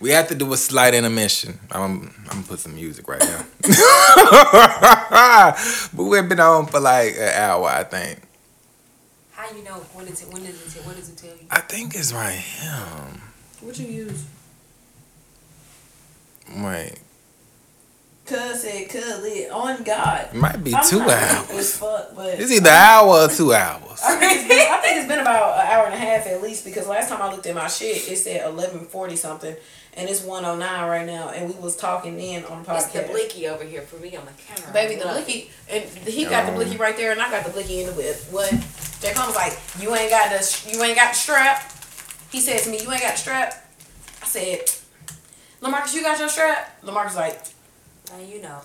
We have to do a slight intermission. I'm I'm gonna put some music right now. but we've been on for like an hour, I think. How you know when it's when does it what does it tell you? I think it's right here. What you use? Wait, Cuz said cuz lit on God. it might be I'm two not hours. deep As fuck, but It's either an hour or two hours. I think, it's been, I think it's been about an hour and a half at least because last time I looked at my shit, it said eleven forty something, and it's one oh nine right now, and we was talking then on the It's the podcast. blicky over here for me on the camera. Baby, the blicky, and he got the blicky right there, and I got the blicky in the whip. What? Jack Home was like, "You ain't got the, sh- you ain't got the strap." He said to me, "You ain't got the strap." I said, "Lamarcus, you got your strap?" Lamarcus like, Now you know.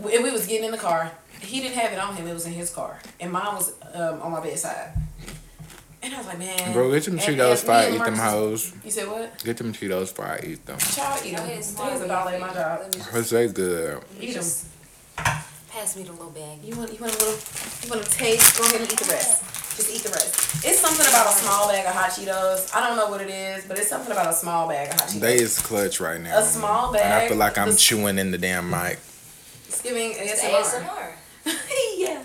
we, we was getting in the car. He didn't have it on him. It was in his car, and mine was um, on my bedside. And I was like, man, Bro, get them and- Cheetos and fire, me and eat them Marcus- hoes. You said what? Get them Cheetos fire, eat them. Child, Go eat them. ahead, There's smile a at dollar me. in my job. Let me just Cause they good. Eat them. just pass me the little bag. You want you want a little you want to taste? Go ahead and eat the rest. Just eat the rest. It's something about a small bag of hot Cheetos. I don't know what it is, but it's something about a small bag of hot Cheetos. They is clutch right now. A small And I bag, feel like I'm this- chewing in the damn mic. it's giving It's ASMR. ASMR. yeah.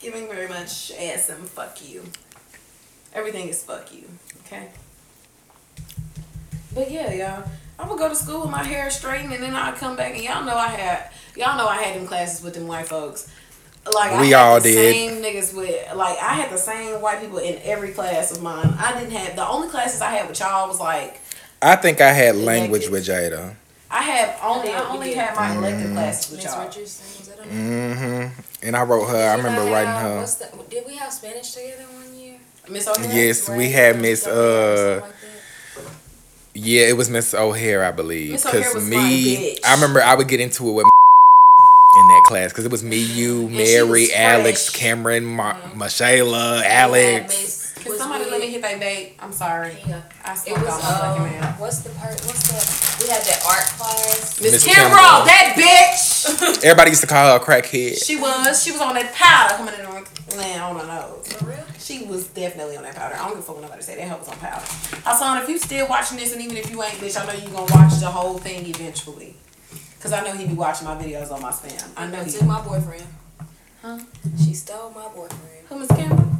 Giving very much ASM fuck you. Everything is fuck you. Okay. But yeah, y'all. I would go to school with my hair straightened and then I'd come back and y'all know I had y'all know I had them classes with them white folks. Like We I had all the did. same niggas with like I had the same white people in every class of mine. I didn't have the only classes I had with y'all was like I think I had language with Jada. I have only Yeah, I we only did. had my Mm-hmm. elective classes with Miss y'all. Richards. was that on- hmm And I wrote her. I Did you remember not writing have- her. what's the- did we have Spanish together one year? Miss O'Hare? Yes, we Right? had Miss. Something like Uh, that. yeah, it was Miss O'Hare, I believe. Miss O'Hare Cause was my me, bitch. I remember I would get into it with in that class because it was me, you, she was Mary, Alex, fresh. Cameron, Ma- Mhm. Mm-hmm. Michaela, Yeah, Alex. Miss Can was somebody let with- me hit that date? I'm sorry. Yeah. I It slipped was on my fucking um, man. what's the part? What's the? We had that art class. Miss Miss Kimbrough. Kimbrough, that bitch. Everybody used to call her a crackhead. she was. She was on that powder coming in the room, laying on my nose. For real? She was definitely on that powder. I don't give a fuck what nobody say. That help was on powder. Hassan, if you still watching this, and even if you ain't, bitch, I know you gonna watch the whole thing eventually. Cause I know he be watching my videos on my spam. I know She he. took my boyfriend. Huh? She stole my boyfriend. Who Miss Cameron?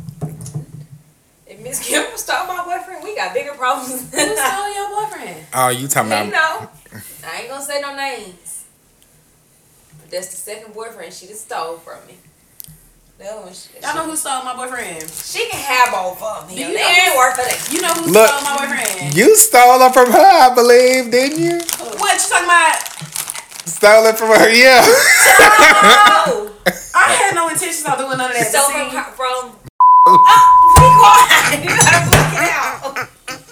If Miss Kim stole my boyfriend, we got bigger problems. Who stole your boyfriend? Oh, you talking about? He know. I ain't gonna say no names. But that's the second boyfriend she just stole from me. The other one, she, Y'all know who stole my boyfriend? she, she can have both of them. Do They you know- ain't worth it. You know who Look. stole my boyfriend? You stole her from her, I believe, didn't you? What you talking about? Stole it from her, yeah. No. I had no intentions of doing none of she that. stole from See? her- from. Oh, be quiet. You gotta block it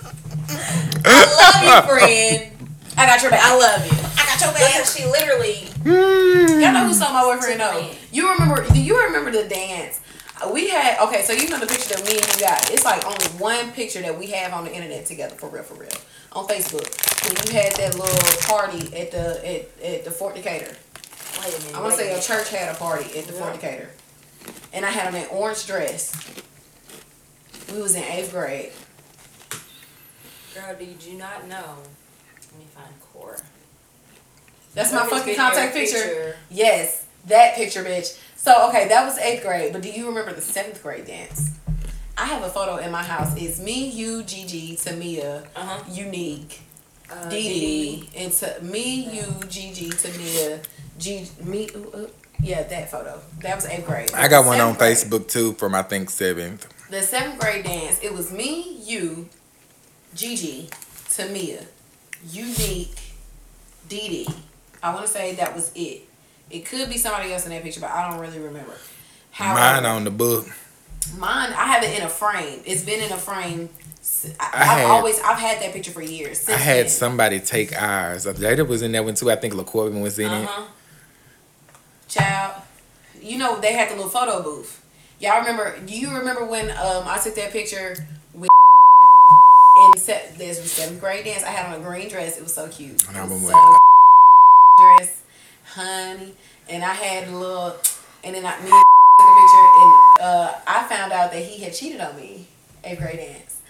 out. I love you, friend. I got your back. I love you. I got your Listen, she literally. Y'all know who saw my boyfriend though. Man. You remember? Do you remember the dance? Uh, We had okay, so you know the picture that me and you got. It's like only one picture that we have on the internet together for real, for real, on Facebook. When you had that little party at the at, at the Fort Decatur, Wait a minute. I wait want to say a your minute. church had a party at the Fort Yeah. Decatur, and I had on that orange dress. We was in eighth grade. Girl, did you not know? Let me find Cora. That's my Look at fucking this contact picture. Yes, that picture, bitch. So okay, that was eighth grade, but do you remember the seventh grade dance? I have a photo in my house. It's me, you, Gigi, Tamia, Uh-huh. Unique, Uh, Dee Dee, and to me, you, Gigi, Tamia, G, me. ooh, ooh. Yeah, that photo. That was eighth grade. I got one on Seventh grade. Facebook too from I think seventh. The seventh grade dance. It was me, you, Gigi, Tamia, Unique, Dee Dee. I want to say that was it. It could be somebody else in that picture, but I don't really remember. Mine on the book. mine. I have it in a frame. It's been in a frame. s- I, I have had- always. I've had that picture for years. I Since had then. somebody take ours. Jada was in that one too. I think LaCorvin was in Uh-huh. Child, you know they had the little photo booth. Y'all remember? Do you remember when um I took that picture with in se- this was seventh grade dance? I had on a green dress. It was so cute. And I It was remember so dress, honey, and I had a little, and then I, me and took a picture, and uh, I found out that he had cheated on me. Eighth grade dance,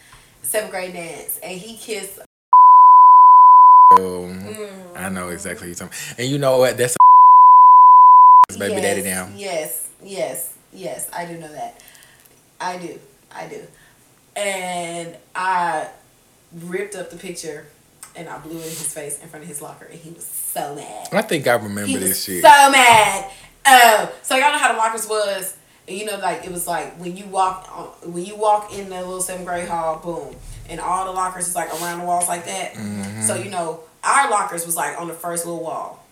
seventh grade dance, and he kissed I know exactly what you're talking. And you know what? That's a baby yes, daddy now. Yes, yes, yes. I do know that. I do. I do. And I ripped up the picture and I blew it in his face in front of his locker and he was so mad. I think I remember He this was shit. so mad. Oh, so y'all know how the lockers was. And you know, like it was like when you walk on, when you walk in the little seventh grade hall, boom, and all the lockers is like around the walls like that. Mm-hmm. So you know, our lockers was like on the first little wall.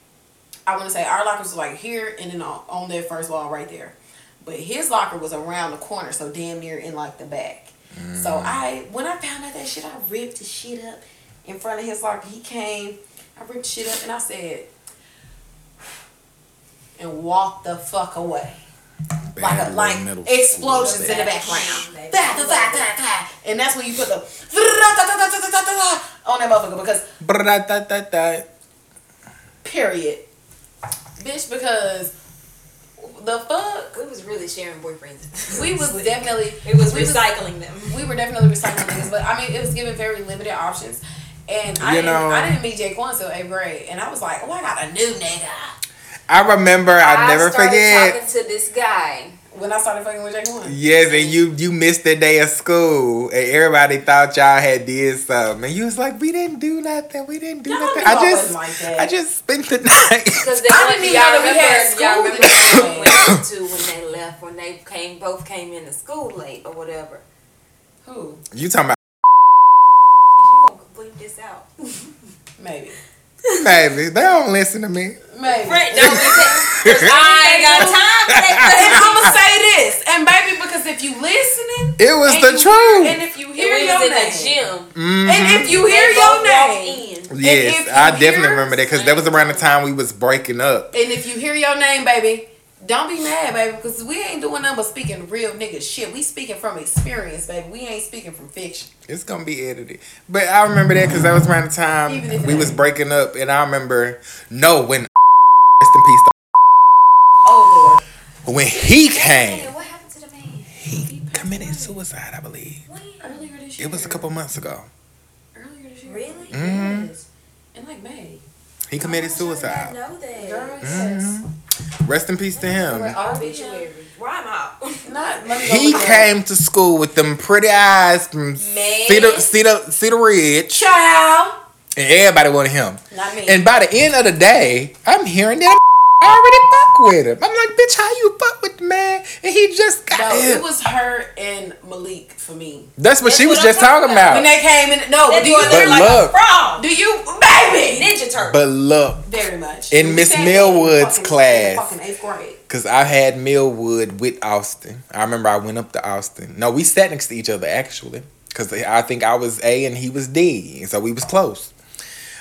I want to say our lockers was like here and then on, on that first wall right there. But his locker was around the corner, so damn near in like the back. So Mm-hmm. I, when I found out that shit, I ripped the shit up in front of his locker. He came, I ripped shit up, and I said, and walk the fuck away. Like, a, Bad like little explosions in slut. the background. Back. Bah, bah, bah, bah, bah. And that's when you put the on that motherfucker because Bra-da-da-da-da. period. Bitch, because the fuck We was really sharing boyfriends. we was definitely It was we was- recycling them. we were definitely recycling things, but I mean, it was given very limited options. And You I, didn't, know- I didn't meet Jake One until eighth grade, and I was like, "Oh, I got a new nigga." I remember. I'll never started forget. talking to this guy. When I started fucking with Jake One, Yes, and you you missed the day of school, and everybody thought y'all had did something, and you was like, "We didn't do nothing. We didn't do Y'all nothing. knew I I just, wasn't like that. I just spent the night." Because they I I didn't even y'all know that we remember, had y'all remember school today. when we went to when they left when they came both came into school late or whatever. who you talking about You gonna bleep this out? maybe baby? They don't listen to me. maybe. Brent, don't be ta- I ain't got time for And that. I'ma say this, and baby, because if you listening, It was and the you- truth. Mm-hmm. and if you It hear your was in the name, gym. and if you They hear both your name, walked in. yes, if I you definitely hear- remember that because that was around the time we was breaking up. and if you hear your name, baby, don't be mad, baby, because we ain't doing nothing but speaking real nigga shit. We speaking from experience, baby. We ain't speaking from fiction. It's gonna be edited, but I remember that because that was around the Even if time it we was ain't. breaking up, and I remember no when rest in peace Oh Lord. when he Hey, came, what happened to the man? he committed suicide, I believe. When? Earlier this year. It was a couple months ago. Earlier this year. Really? Mhm. Yes. In like May. He committed Oh, I did not suicide. know that. Girl, yes. Mhm. Rest in peace to Oh, him. Our Obituary. Rhyme out. Not let me go Mm-hmm. He look it up. came to school with them pretty eyes from Man. Cedar, Cedar, Cedar Ridge, Child. and everybody wanted him. Not me. And by the end of the day, I'm hearing that I already fuck with him. I'm like, bitch, how you fuck with the man? And he just got no, here. it was her and Malik for me. That's what That's she was what just I'm talking talking about. about. When they came in, no, That do you boy But look like look, Frog. do you baby? Ninja Turtle. but look, Very much. In We Miss sat Millwood's fucking- class. Fucking eighth grade. Cause I had Millwood with Austin. I remember I went up to Austin. No, we sat next to each other actually. Cause I think I was A and he was D, and so we was close.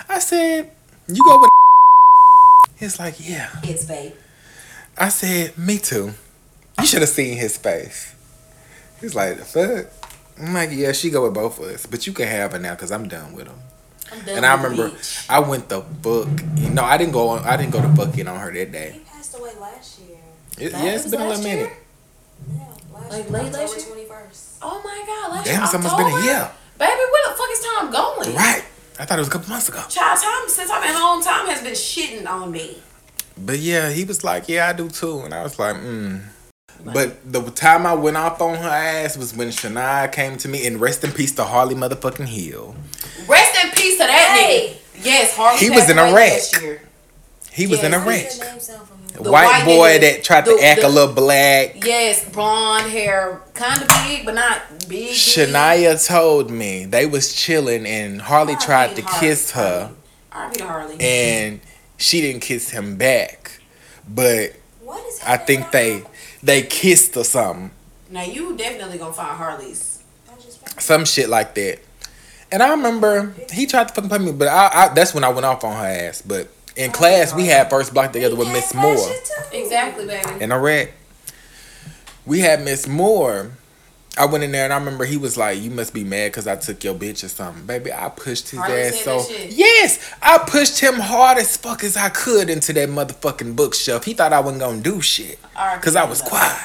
I said, "You go with." He's like, "Yeah." Yes, babe. I said, "Me too." You should have seen his face. He's like, "Fuck." I'm like, "Yeah, she go with both of us, but you can have her now, cause I'm done with him." I'm done And I with the remember beach. I went the book. No, I didn't go. On, I didn't go to book in on her that day. He passed away last year. It, That yeah, it's was been a last little minute. year? Yeah, last Like year. late October last year? 21st. Oh my god, last Damn, year it's almost been a October? year. Baby, where the fuck is time going? Right. I thought it was a couple months ago. Child, time since I've been home, time has been shitting on me. But yeah, he was like, Yeah, I do too. And I was like, mm. But the time I went off on her ass was when Shania came to me and rest in peace to Harley motherfucking Hill. Rest in peace to that Hey. nigga. Yes, Harley. He was passed in a away wreck. last year. He was in a Yes. wreck. What's your name sound familiar? White, The white boy nigga- that tried the- to act the- a little black. Yes, blonde hair, kind of big, but not big. big. Shania told me they was chilling and Harley R.I.P. tried to Harley. kiss her R.I.P. to Harley. and she didn't kiss him back. But What is I happening think right they now? they kissed or something. now you definitely gonna find Harley's. I just found out. some shit like that. And I remember he tried to fucking play me, but I, I that's when I went off on her ass. But in class, we had first block together with He Miss had last Moore year too. Exactly, baby. and I read. We had Miss Moore. I went in there and I remember he was like, "You must be mad because I took your bitch or something, baby." I pushed his Harley ass said so that shit. yes, I pushed him hard as fuck as I could into that motherfucking bookshelf. He thought I wasn't gonna do shit R.I.P. because I was though. quiet.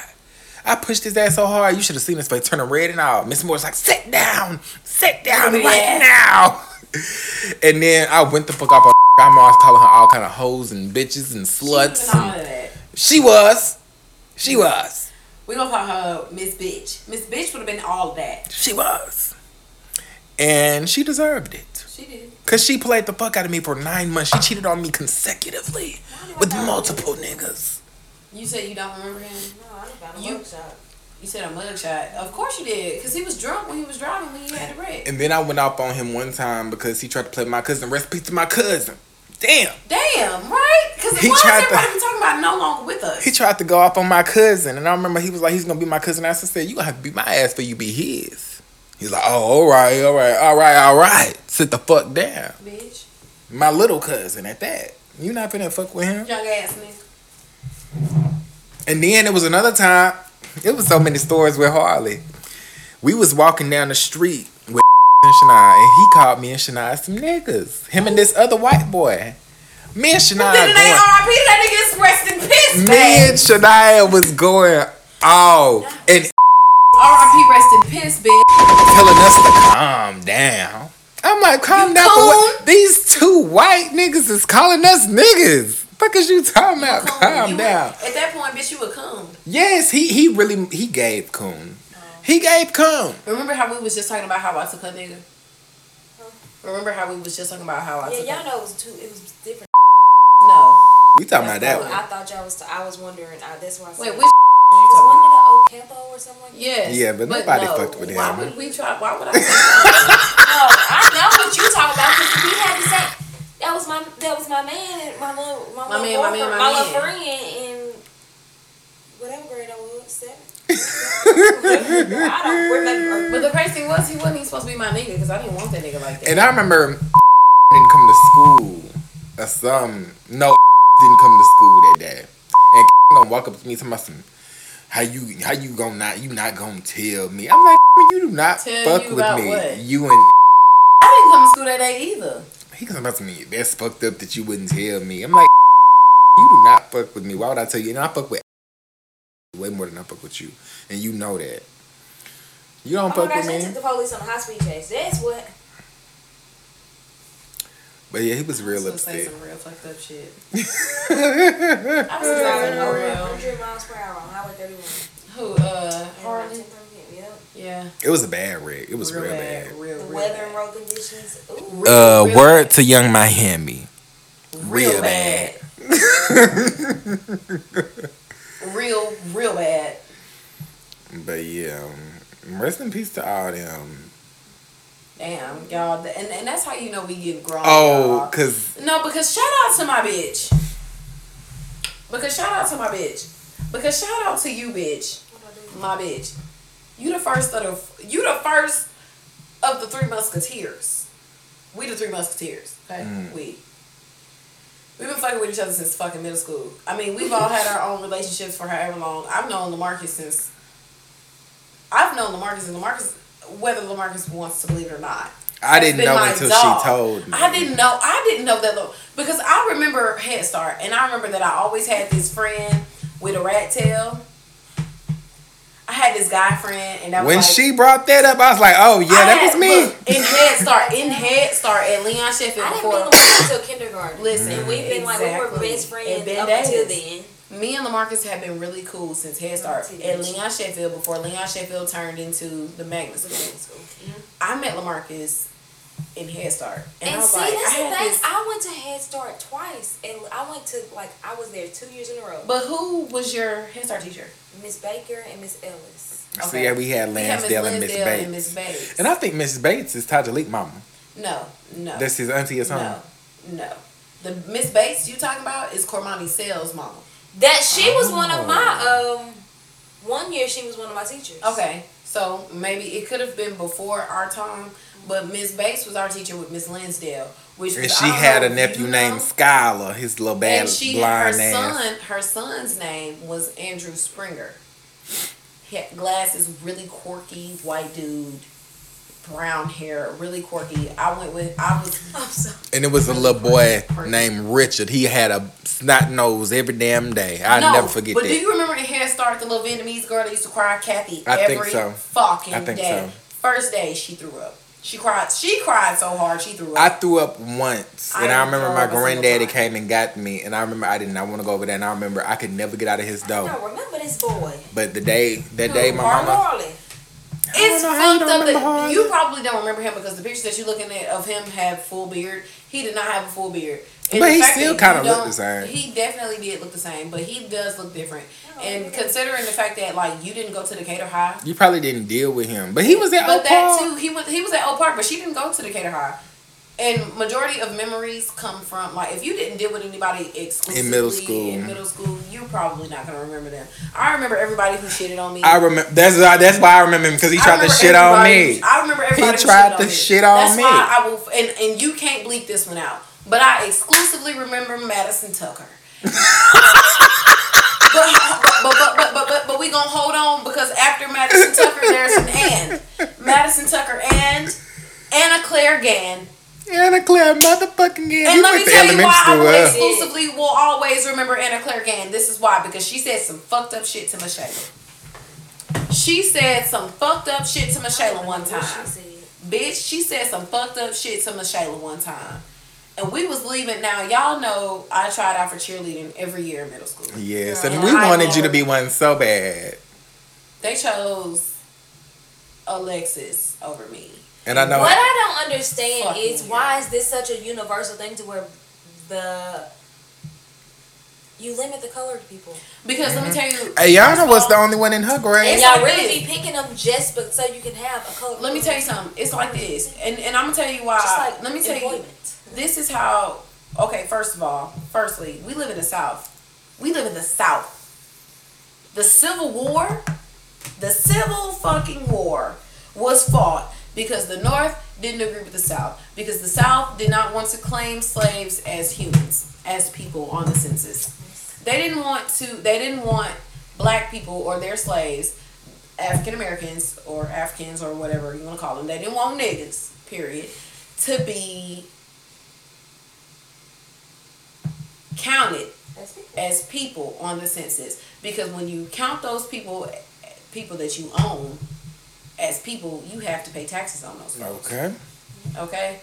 I pushed his ass so hard, you should have seen his face turning red and all. Miss Moore's like, "Sit down, sit down Yeah. right now." and then I went the fuck up on. I'm always calling her all kind of hoes and bitches and sluts. All of that. She was. She was. We gonna call her Miss Bitch. Miss Bitch would have been all that. She was. And she deserved it. She did. Cause she played the fuck out of me for nine months. She cheated on me consecutively with multiple niggas. You said you don't remember him. No, I about a You- workshop. You said a mugshot. Of course you did, cause he was drunk when he was driving when he had the wreck. And then I went off on him one time because he tried to play my cousin. Rest peace to my cousin. Damn. Damn, right? Cause He why is tried to- everybody we talking about no longer with us? He tried to go off on my cousin, and I remember he was like, "He's gonna be my cousin." I said, "You gonna have to beat my ass for you be his." He's like, "Oh, all right, all right, all right, all right." Sit the fuck down, Bitch, my little cousin. At that, you not finna fuck with him. young ass nigga. And then it was another time. It was so many stories with Harley. We was walking down the street with and Shania, and he called me and Shania some niggas. Him and this other white boy. Me and Shania. Then it going- ain't R.I.P. That nigga is rest in peace. me babe. and Shania was going off and R.I.P. Rest in peace, bitch. telling us to calm down. I'm like, calm You down. For what? coon? These two white niggas is calling us niggas. Fuck is you talking about? Coon, Calm you would- down. at that point, bitch, you would come. Yes, he he really he gave coon. He gave coon. Remember how we was just talking about how I took her nigga? Remember how we was just talking about how I took Yeah, y'all her? know it was two. It was different. No. We talking about that But one. I thought y'all was. I was wondering. I, that's why. I Wait, said- which you was talking one about? of the Ocampo or something like that? Yes. Yeah, but nobody fucked with Why him. would we try? Why would I? no, No, I know what you talking about because we had the same. That was my that was my man, and my little my, My little man, my man, boyfriend- my my little man. friend in whatever grade I was seven. I don't remember. But the crazy thing was, he wasn't even supposed to be my nigga because I didn't want that nigga like that. And I remember didn't come to school or some. No, didn't come to school that day. And gonna walk up to me talking about some. How you how you gonna not you not gonna tell me? I'm like you do not Tell fuck you with about me. what? You and I didn't come to school that day either. he comes up to me. That's fucked up that you wouldn't tell me. I'm like you do not fuck with me. Why would I tell you? And I fuck with way more than I fuck with you, and you know that. You don't Oh my fuck gosh, with they me. took the police on a high speed chase. That's what. But yeah, he was real So say upset. some real fucked up shit. I I was driving Oh, over yeah. 100 miles per hour on Highway 31. Who? Uh, And my Harley. temper hit me up. Yeah. It was a bad wreck. It was real, bad. Real, The real weather bad. and road conditions. Ooh. Real, Uh, real word bad. to Young Miami. Real, bad. Real, real bad. But yeah, um, rest in peace to all them. Damn, y'all. And, and that's how you know we get grown. Oh, y'all. cause No, because shout out to my bitch. Because shout out to my bitch. Because shout out to you, bitch. My bitch. You the first of the you the first of the three musketeers. We the three musketeers. Okay? Mm. We. We've been fucking with each other since fucking middle school. I mean, we've all had our own relationships for however long. I've known Lamarcus since I've known Lamarcus and Lamarcus whether Lamarcus wants to believe it or not. I didn't been know my until dog. she told me. I didn't know. I didn't know that though because I remember Head Start, and I remember that I always had this friend with a rat tail. I had this guy friend, and that was When like, she brought that up, I was like, "Oh yeah, I that had- was me." look, in Head Start, in Head Start at Leon Sheffield I didn't before. meet him until kindergarten. Listen, And we've been like, we were exactly. best And friends been up until days. then. Me and Lamarcus have been really cool since Head Start at Leon Sheffield before Leon Sheffield turned into the Magnet School. I met Lamarcus in Head Start, and, I And was see, like, that's I the had thing. this. I went to Head Start twice, and I went to like I was there two years in a row. But who was your Head Start teacher? Miss Baker and Miss Ellis. So yeah, we had We had Miss Lansdale and Miss Lansdale Bates. and Miss Bates. And I think Miss Bates is Taj Leak mama. no, no, That's his auntie or something. no, no. The Miss Bates you talking about is Cormani Sales' mama. That she was one Oh. of my um. One year she was one of my teachers. Okay, so maybe it could have been before our time, but Miss Bates was our teacher with Miss Lansdale, which And was, she I don't had know a if nephew you know, named Skylar, his little bad and she her blind ass. son her son's name was Andrew Springer. He had glasses, really quirky white dude, brown hair, really quirky. I went with I was I'm sorry. And it was a little boy named Richard. He had a snot nose every damn day. I will never forget but do that. you remember in Head Start, the little Vietnamese girl that used to cry Kathy I every think so. fucking I think day? so. First day she threw up. She cried. She cried so hard she threw I up. threw up once, I and I didn't remember throw my up a single granddaddy time. came and got me, and I remember I did not want to go over there, and I remember I could never get out of his I door. don't remember this boy. But the day that day, my Mark mama, Marley. it's know how you fucked don't up that remember her. you probably don't remember him because the pictures that you're looking at of him had full beard. He did not have a full beard. And But the he fact still that you kinda looked don't- the same. He definitely did look the same, but he does look different. Oh, and yeah. considering the fact that like you didn't go to Decatur High, you probably didn't deal with him, but he was at but Oak that Park. too, he was he was at Oak Park, but she didn't go to Decatur High. And majority of memories come from like if you didn't deal with anybody exclusively In middle school. in middle school, you're probably not gonna remember them. I remember everybody who shitted on me. I remember that's why- that's why I remember him because he I tried to remember shit on everybody- me. I remember everybody. who tried shitted to on me. shit on That's me. why I will, and, and you can't bleep this one out. But I exclusively remember Madison Tucker. but, but, but, but, but, but, but we gonna hold on because after Madison Tucker, there's an and. Madison Tucker and Anna Claire Gann. Anna Claire, motherfucking game. And You let went me to tell you elementary why I school. will huh? ex- exclusively will always remember Anna Claire Gann. This is why because she said some fucked up shit to Michelle. She said some fucked up shit to Michelle one What she time. said. Bitch, she said some fucked up shit to Michaela one time. And we was leaving. Now, y'all know I tried out for cheerleading every year in middle school. Yes, Yeah. and we I wanted you know. to be one so bad, They chose Alexis over me. and I know. What I don't understand Fucking is why is this such a universal thing to where the you limit the color to people. Because let me tell you. Hey, Yana was the only one in her And grade. It's y'all like really this. be picking them just but so you can have a color. Let me tell you something. It's like this. And, and I'm going to tell you why. Just like let me tell you. employment. This is how. Okay, first of all, firstly, we live in the South. We live in the South. The Civil War, the Civil fucking War was fought because the North didn't agree with the South. Because the South did not want to claim slaves as humans, as people on the census. They didn't want to, they didn't want black people or their slaves, African Americans or Africans or whatever you want to call them, they didn't want niggas, period, to be counted That's people. as people on the census because when you count those people people that you own as people you have to pay taxes on those folks Okay. okay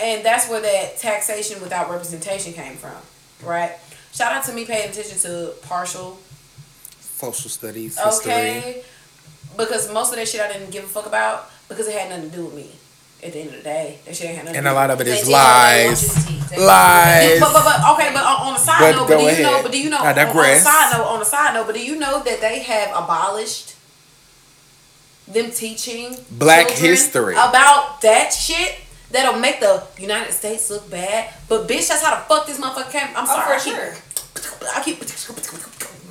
and that's where that taxation without representation came from right shout out to me paying attention to partial Social studies history. okay because most of that shit i didn't give a fuck about because it had nothing to do with me at the end of the day that shit ain't had nothing And to a do lot of it They is did what they lies. want you to do. Lies. But, but, but okay, but on, on a side But note, go but do you ahead. know? But do you know? I on- On, a digress. side note, on a side note, but do you know that they have abolished them teaching Black children history. about that shit that'll make the United States look bad? But bitch, that's how the fuck this motherfucker came. I'm Oh, sorry, for sure. I keep, I keep It's funk.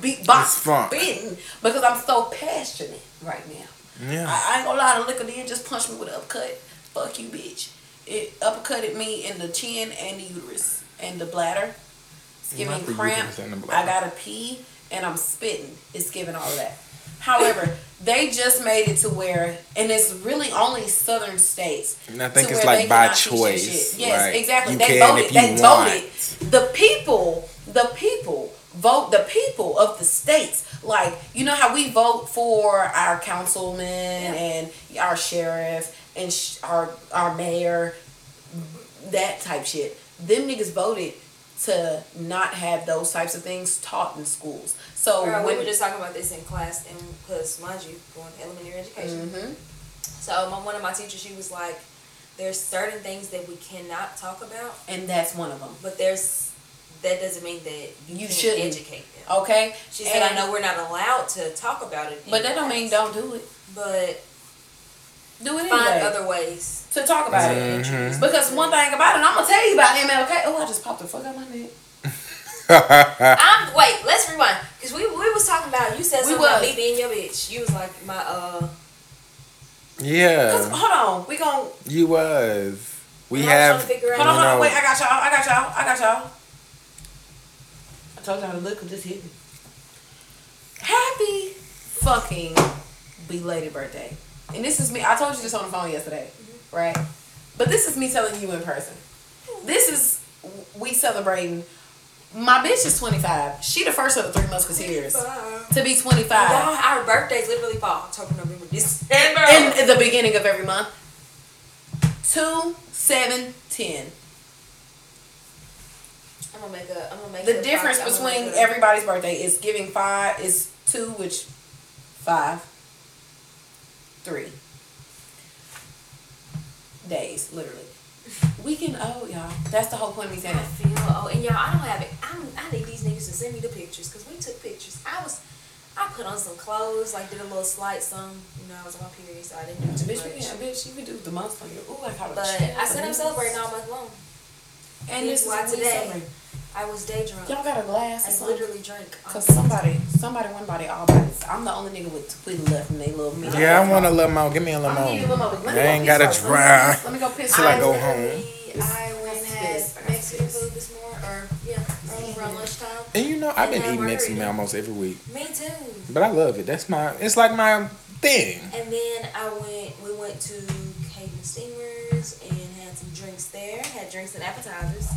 beatbox beating because I'm so passionate right now. Yeah. I, I ain't gonna lie, the liquor then just punched me with an uppercut. Fuck you, bitch. It uppercutted me in the chin and the uterus and the bladder. It's Not giving the cramp. uterus and the I bladder. gotta pee and I'm spitting. It's giving all that. However, they just made it to where, and it's really only southern states. And I think to it's where like they by cannot teach that choice. shit. Yes, like, exactly. You they can voted. if you they want. voted. The people, the people vote. The people of the states, like you know how we vote for our councilman and our sheriff and sh- our our mayor, that type shit. Them niggas voted to not have those types of things taught in schools. So Girl, we when were just talking about this in class, and because mind you, going to elementary education. Mhm. So my, one of my teachers, she was like, "There's certain things that we cannot talk about, and that's one of them. but there's that doesn't mean that you, You can't shouldn't. educate them." Okay, She said, "I And- know we're not allowed to talk about it, in but that don't mean class, don't do it. But Do it anyway. find other Mm-hmm. ways." to talk about it. Mhm. Because one thing about it, I'm gonna tell you about MLK. Oh, I just popped the fuck out my neck. I'm wait. Let's rewind because we we was talking about you said We something about was. me being your bitch. You was like my uh. Cause yeah. hold on, we gon' hold You was. We I'm have. trying to figure you out- on, hold know, on, wait. I got y'all. I got y'all. I got y'all. I told y'all to look at this hit me. Happy fucking belated birthday. And this is me. I told you this on the phone yesterday, right? But this is me telling you in person. This is we celebrating. My bitch is 25. She the first of the three musketeers Y'all, to be 25. our birthdays literally fall October, November, December. in at the beginning of every month. Two, seven, ten. I'm gonna make a. I'm gonna make The a difference box. I'm gonna between make a- everybody's birthday is giving five is two, which five, three days, literally. We can owe y'all. That's the whole point of me saying I that. feel. Oh, and y'all, I don't have it. I'm, I need these niggas to send me the pictures because we took pictures. I was, I put on some clothes, like did a little slight some. You know, I was on my period, so I didn't do too Bitch, you much. can, bitch, you can do the month on your. Ooh, I caught a But I said I'm celebrating all month long. And this is Why why today? today. I was day drunk. Y'all got a glass or I something? literally drank. all Cause month. somebody, somebody, one body, all bodies. I'm the only nigga with twin left, and they love me. Yeah, I want a limo. Give me a I'm gonna give you limo. a little moment. Let me I go ain't piss gotta first. try. Let me go piss Till I first. go I home. literally- I went and had Yes. Mexican food this morning, or yeah, early around lunchtime. And you know, I've been And a eating Mexican margarita. almost every week, Me too. but I love it. That's my. It's like my thing. And then I went, we went to Cajun Steamers and had some drinks there, had drinks and appetizers,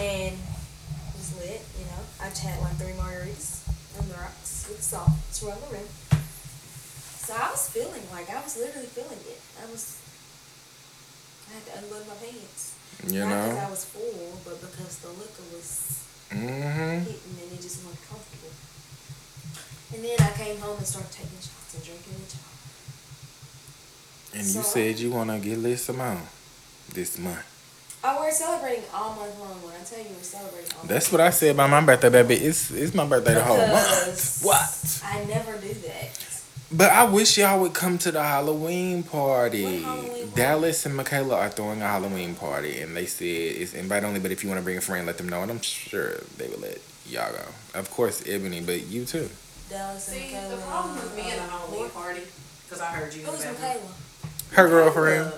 and it was lit, you know. I just had like three margaritas on the rocks with salt to rub around. So I was feeling like, I was literally feeling it. I was, I had to unload my pants. You Not because know. I was full, but because the liquor was Mm-hmm. hitting and it just wasn't comfortable. And then I came home and started taking shots and drinking with y'all. And So- you said you wanna get lit some on this month. Oh, we're celebrating all month long. When I tell you we're celebrating all That's month what I said about my birthday, baby. It's it's my birthday the whole month. Because What? I never do that. But I wish y'all would come to the Halloween What party. Halloween party? Dallas and Michaela are throwing a Halloween party, and they said it's invite only. But if you want to bring a friend, let them know, and I'm sure they would let y'all go. Of course, Ebony, but you too. Dallas and See, Michaela. the problem with me and the Halloween party, because I heard you. in the Who's bathroom. Michaela? Her girlfriend, Uh,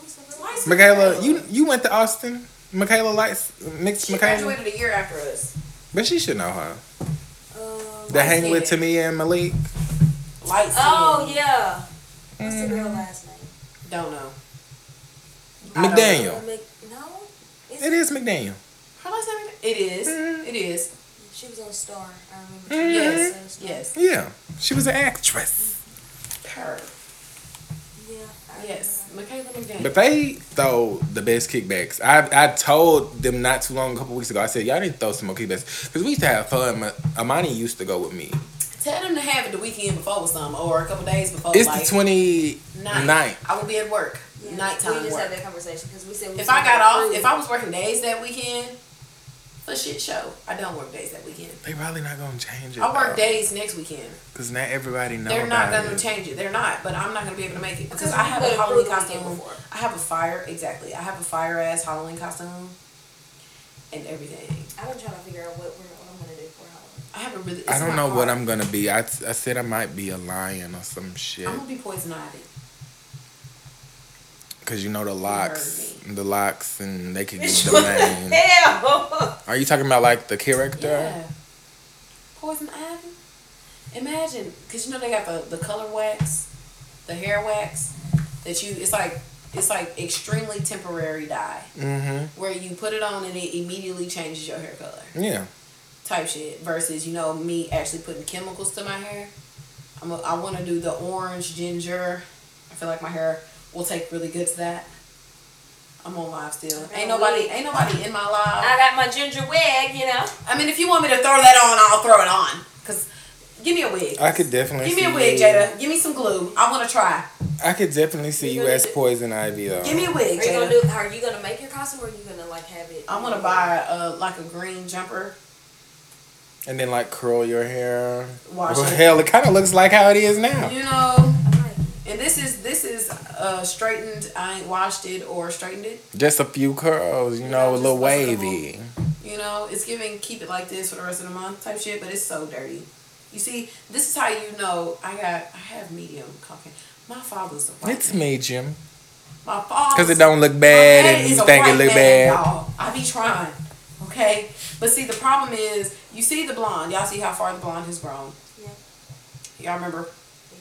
Who's Why is Michaela? Michaela. You you went to Austin. Michaela likes mixed She Michaela, graduated a year after us. but she should know her. Um, That hang skin. with Tamia and Malik. Lights. oh, in. yeah. What's the Mhm. Mm-hmm. girl last name? Don't know. I don't know. McDaniel. Uh, Mc, no? It's- It is McDaniel. Her last name? It is. Mhm. It is. She was on Star. I remember. Mhm. She was Yes. on Star. Mm-hmm. Yes. Yeah, she was an actress. Her. Yeah. I Yes. Michaela McDaniel. But they throw the best kickbacks. I I told them not too long, a couple weeks ago. I said y'all need to throw some more kickbacks because we used to have fun. Ma- Amani used to go with me. Tell them to have it the weekend before or something, or a couple days before. It's Oh, like, the 29th. night. I will be at work. remember. Yeah. Nighttime We just work. had that conversation because we said we If was I gonna got go off, through. if I was working days that weekend, for shit show, I don't work days that weekend. They probably not gonna change it. I work days next weekend. because not everybody knows. They're not gonna change it. They're not, but I'm not gonna be able to make it Because because I you have put a it Halloween through costume. the weekend before. I have a fire exactly. I have a fire ass Halloween costume and everything. I've been trying to figure out what, we're, what I'm going to do for Halloween. I have a really. I it's don't my know what heart. I'm gonna be. I, I said I might be a lion or some shit I'm gonna be poison ivy. because you know the locks, heard the locks, and they could get Bitch, the what name. the hell? Are you talking about like the character? Yeah. Poison ivy. Imagine, cause you know they got the the color wax, the hair wax that you. It's like it's like extremely temporary dye. Mm-hmm. where you put it on and it immediately changes your hair color Yeah. type shit versus you know me actually putting chemicals to my hair I'm a, i want to do the orange ginger i feel like my hair will take really good to that i'm on live still ain't nobody ain't nobody in my live I got my ginger wig, you know. i mean if you want me to throw that on i'll throw it on because give me a wig I could definitely give me a see wig you- jada give me some glue i want to try I could definitely see You you gonna as do- Poison Ivy though. give me a wig Are you gonna jada do? Are you gonna make your costume, or are you gonna like have it? i want to buy uh, like a green jumper and then like curl your hair. Wash well, it. hell, it kind of looks like how it is now. you know I like it. And this is this is uh straightened. I ain't washed it or straightened it. Just a few curls, you Yeah, know, a just little a little- wavy. You know, it's giving keep it like this for the rest of the month type shit. But it's so dirty. You see, this is how you know I got I have medium cocaine. My father's a white. It's man. medium My father. because it don't look my bad daddy and is you a think it white look man, bad. Y'all, I be trying. Okay, but see the problem is you see the blonde. Y'all see how far the blonde has grown. Yeah. Y'all remember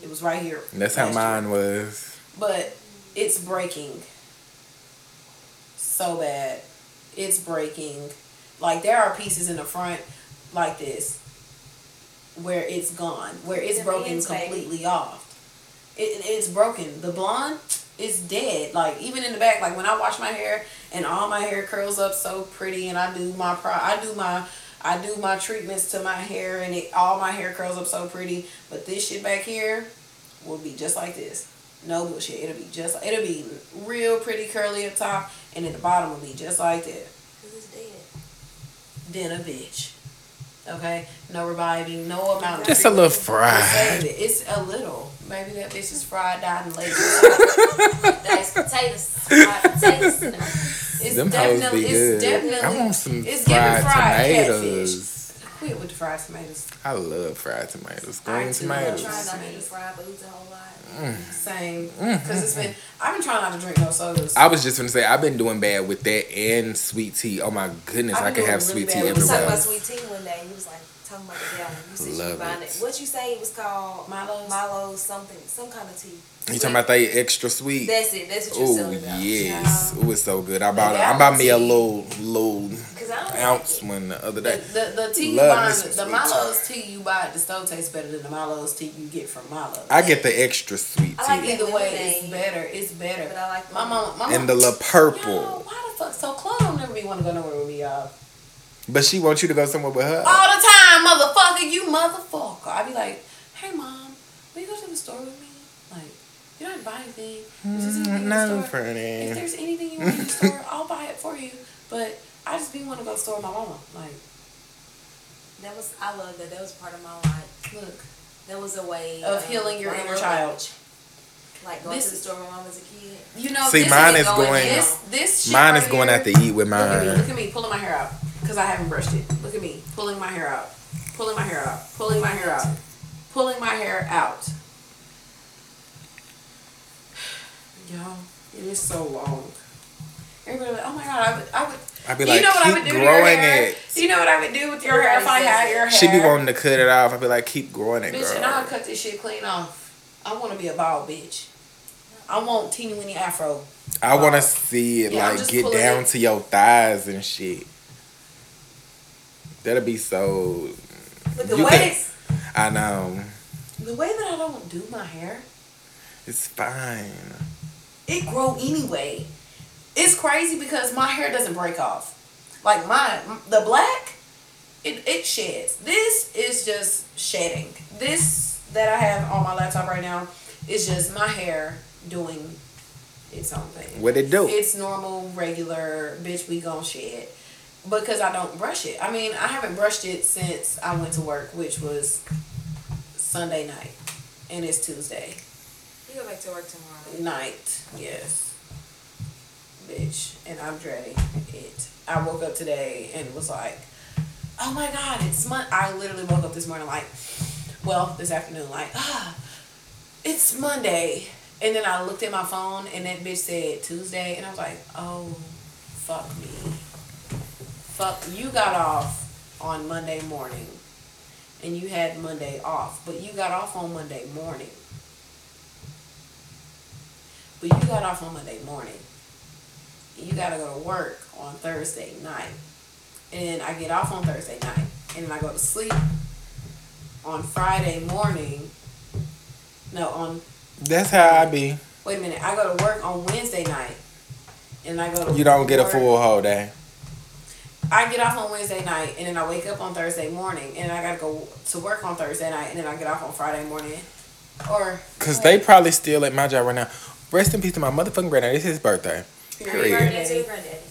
it was right here. And That's how last year. mine was. but it's breaking so bad it's breaking like there are pieces in the front like this where it's gone where it's The broken ends, baby. completely off it, it's broken the blonde it's dead. Like even in the back, like when I wash my hair and all my hair curls up so pretty, and I do my pro, I do my, I do my treatments to my hair, and it all my hair curls up so pretty. But this shit back here will be just like this. No bullshit. It'll be just. It'll be real pretty curly up top, and at the bottom will be just like that. Cause it's dead. Then a bitch. Okay. No reviving. No amount of. Just a little to fried. save it. It's a little. Maybe that bitch is fried, died, and laid. That's potatoes. Fried potatoes. No. It's Them hoes be definitely, good. it's definitely, I want some it's giving fried, fried tomatoes. quit with the fried tomatoes. I love fried tomatoes. Green I do I'm love tomatoes. trying not to eat fried foods a whole lot. Same, because it's been. I've been trying not to drink no sodas. Mm-hmm. I was just gonna say I've been doing bad with that and sweet tea. Oh my goodness, I've I been can doing have really sweet bad tea with We was talking everywhere. about sweet tea one day. He was like talking about the gallon. You said you Love buying it. it. What you say it was called? Milo's? Milo something, some kind of tea. You talking about they extra sweet? That's it. That's what you're Oh selling about. yes, it was so good. I bought Yeah, I bought I me a see. little little Cause I don't ounce Like one the other the, day. the, the tea Love you buy, me some the sweet Milo's tea you buy at the store tastes better than the Milo's tea you get from Milo's. I get the extra sweet I tea like Either way, it's Lemonade. better. It's it, but better. I like My mama, my mama. and the little Yo, purple. why the fuck? So Chloe don't never be want to go nowhere with me, y'all. But she wants you to go somewhere with her. all the time, motherfucker. You motherfucker. I be like, hey mom, will you go to the store with me? Like, you don't have to buy anything. If there's anything in the No, store- If Fernie. there's anything you want in the store, I'll buy it for you. But I just be want to go to the store with my mama. Like, That was I love that. That was part of my life. look, That was a way of healing your learning inner language. child. Like going This to the is- store when mom was a kid. You know, See, this mine is going. going- This, this shit Mine is right going here- out to eat with Look at me. Look mine. at me pulling my hair out because I haven't brushed it. Look at me pulling my hair out, pulling my hair out, pulling my hair out, pulling my hair out. Y'all, it is so long. Everybody like, oh my god, I would, I would. I'd be you like, know what I would keep do with your growing hair? it. You know what I would do with your hair if I had your hair? She be wanting to cut it off. I'd be like, keep growing it, Bitch, and I'll girl. cut this shit clean off. I want to be a bald bitch. I want teeny weeny afro. I want to see it Yeah, I'm like just get pulling down it. to your thighs and shit. That'll be so. But the You way can- it's- I know. The way that I don't do my hair, It's fine. it grow anyway. It's crazy because my hair doesn't break off. Like my the black, it it sheds. This is just shedding. This that I have on my laptop right now is just my hair doing its own thing. What it do? It's normal, regular, bitch, we gon' shed. Because I don't brush it. I mean, I haven't brushed it since I went to work, which was Sunday night. And it's Tuesday You go back to work tomorrow. night. Yes. Bitch. And I'm dreading it. I woke up today and was like, oh my God, it's Monday. I literally woke up this morning like, well, this afternoon, like, ah, it's Monday. And then I looked at my phone and that bitch said Tuesday. And I was like, oh, fuck me. Fuck, you got off on Monday morning and you had Monday off, but you got off on Monday morning. But you got off on Monday morning. And You gotta go to work on Thursday night. And I get off on Thursday night. And then I go to sleep on Friday morning. No, on That's how I be. wait a minute, I go to work on Wednesday night. And I go to You don't get a work- full whole day. I get off on Wednesday night and then I wake up on Thursday morning and I gotta go to work on Thursday night and then I get off on Friday morning. Or Cause they probably still at my job right now. Rest in peace to my motherfucking granddad. It's his birthday. Happy Period. birthday to your granddaddy.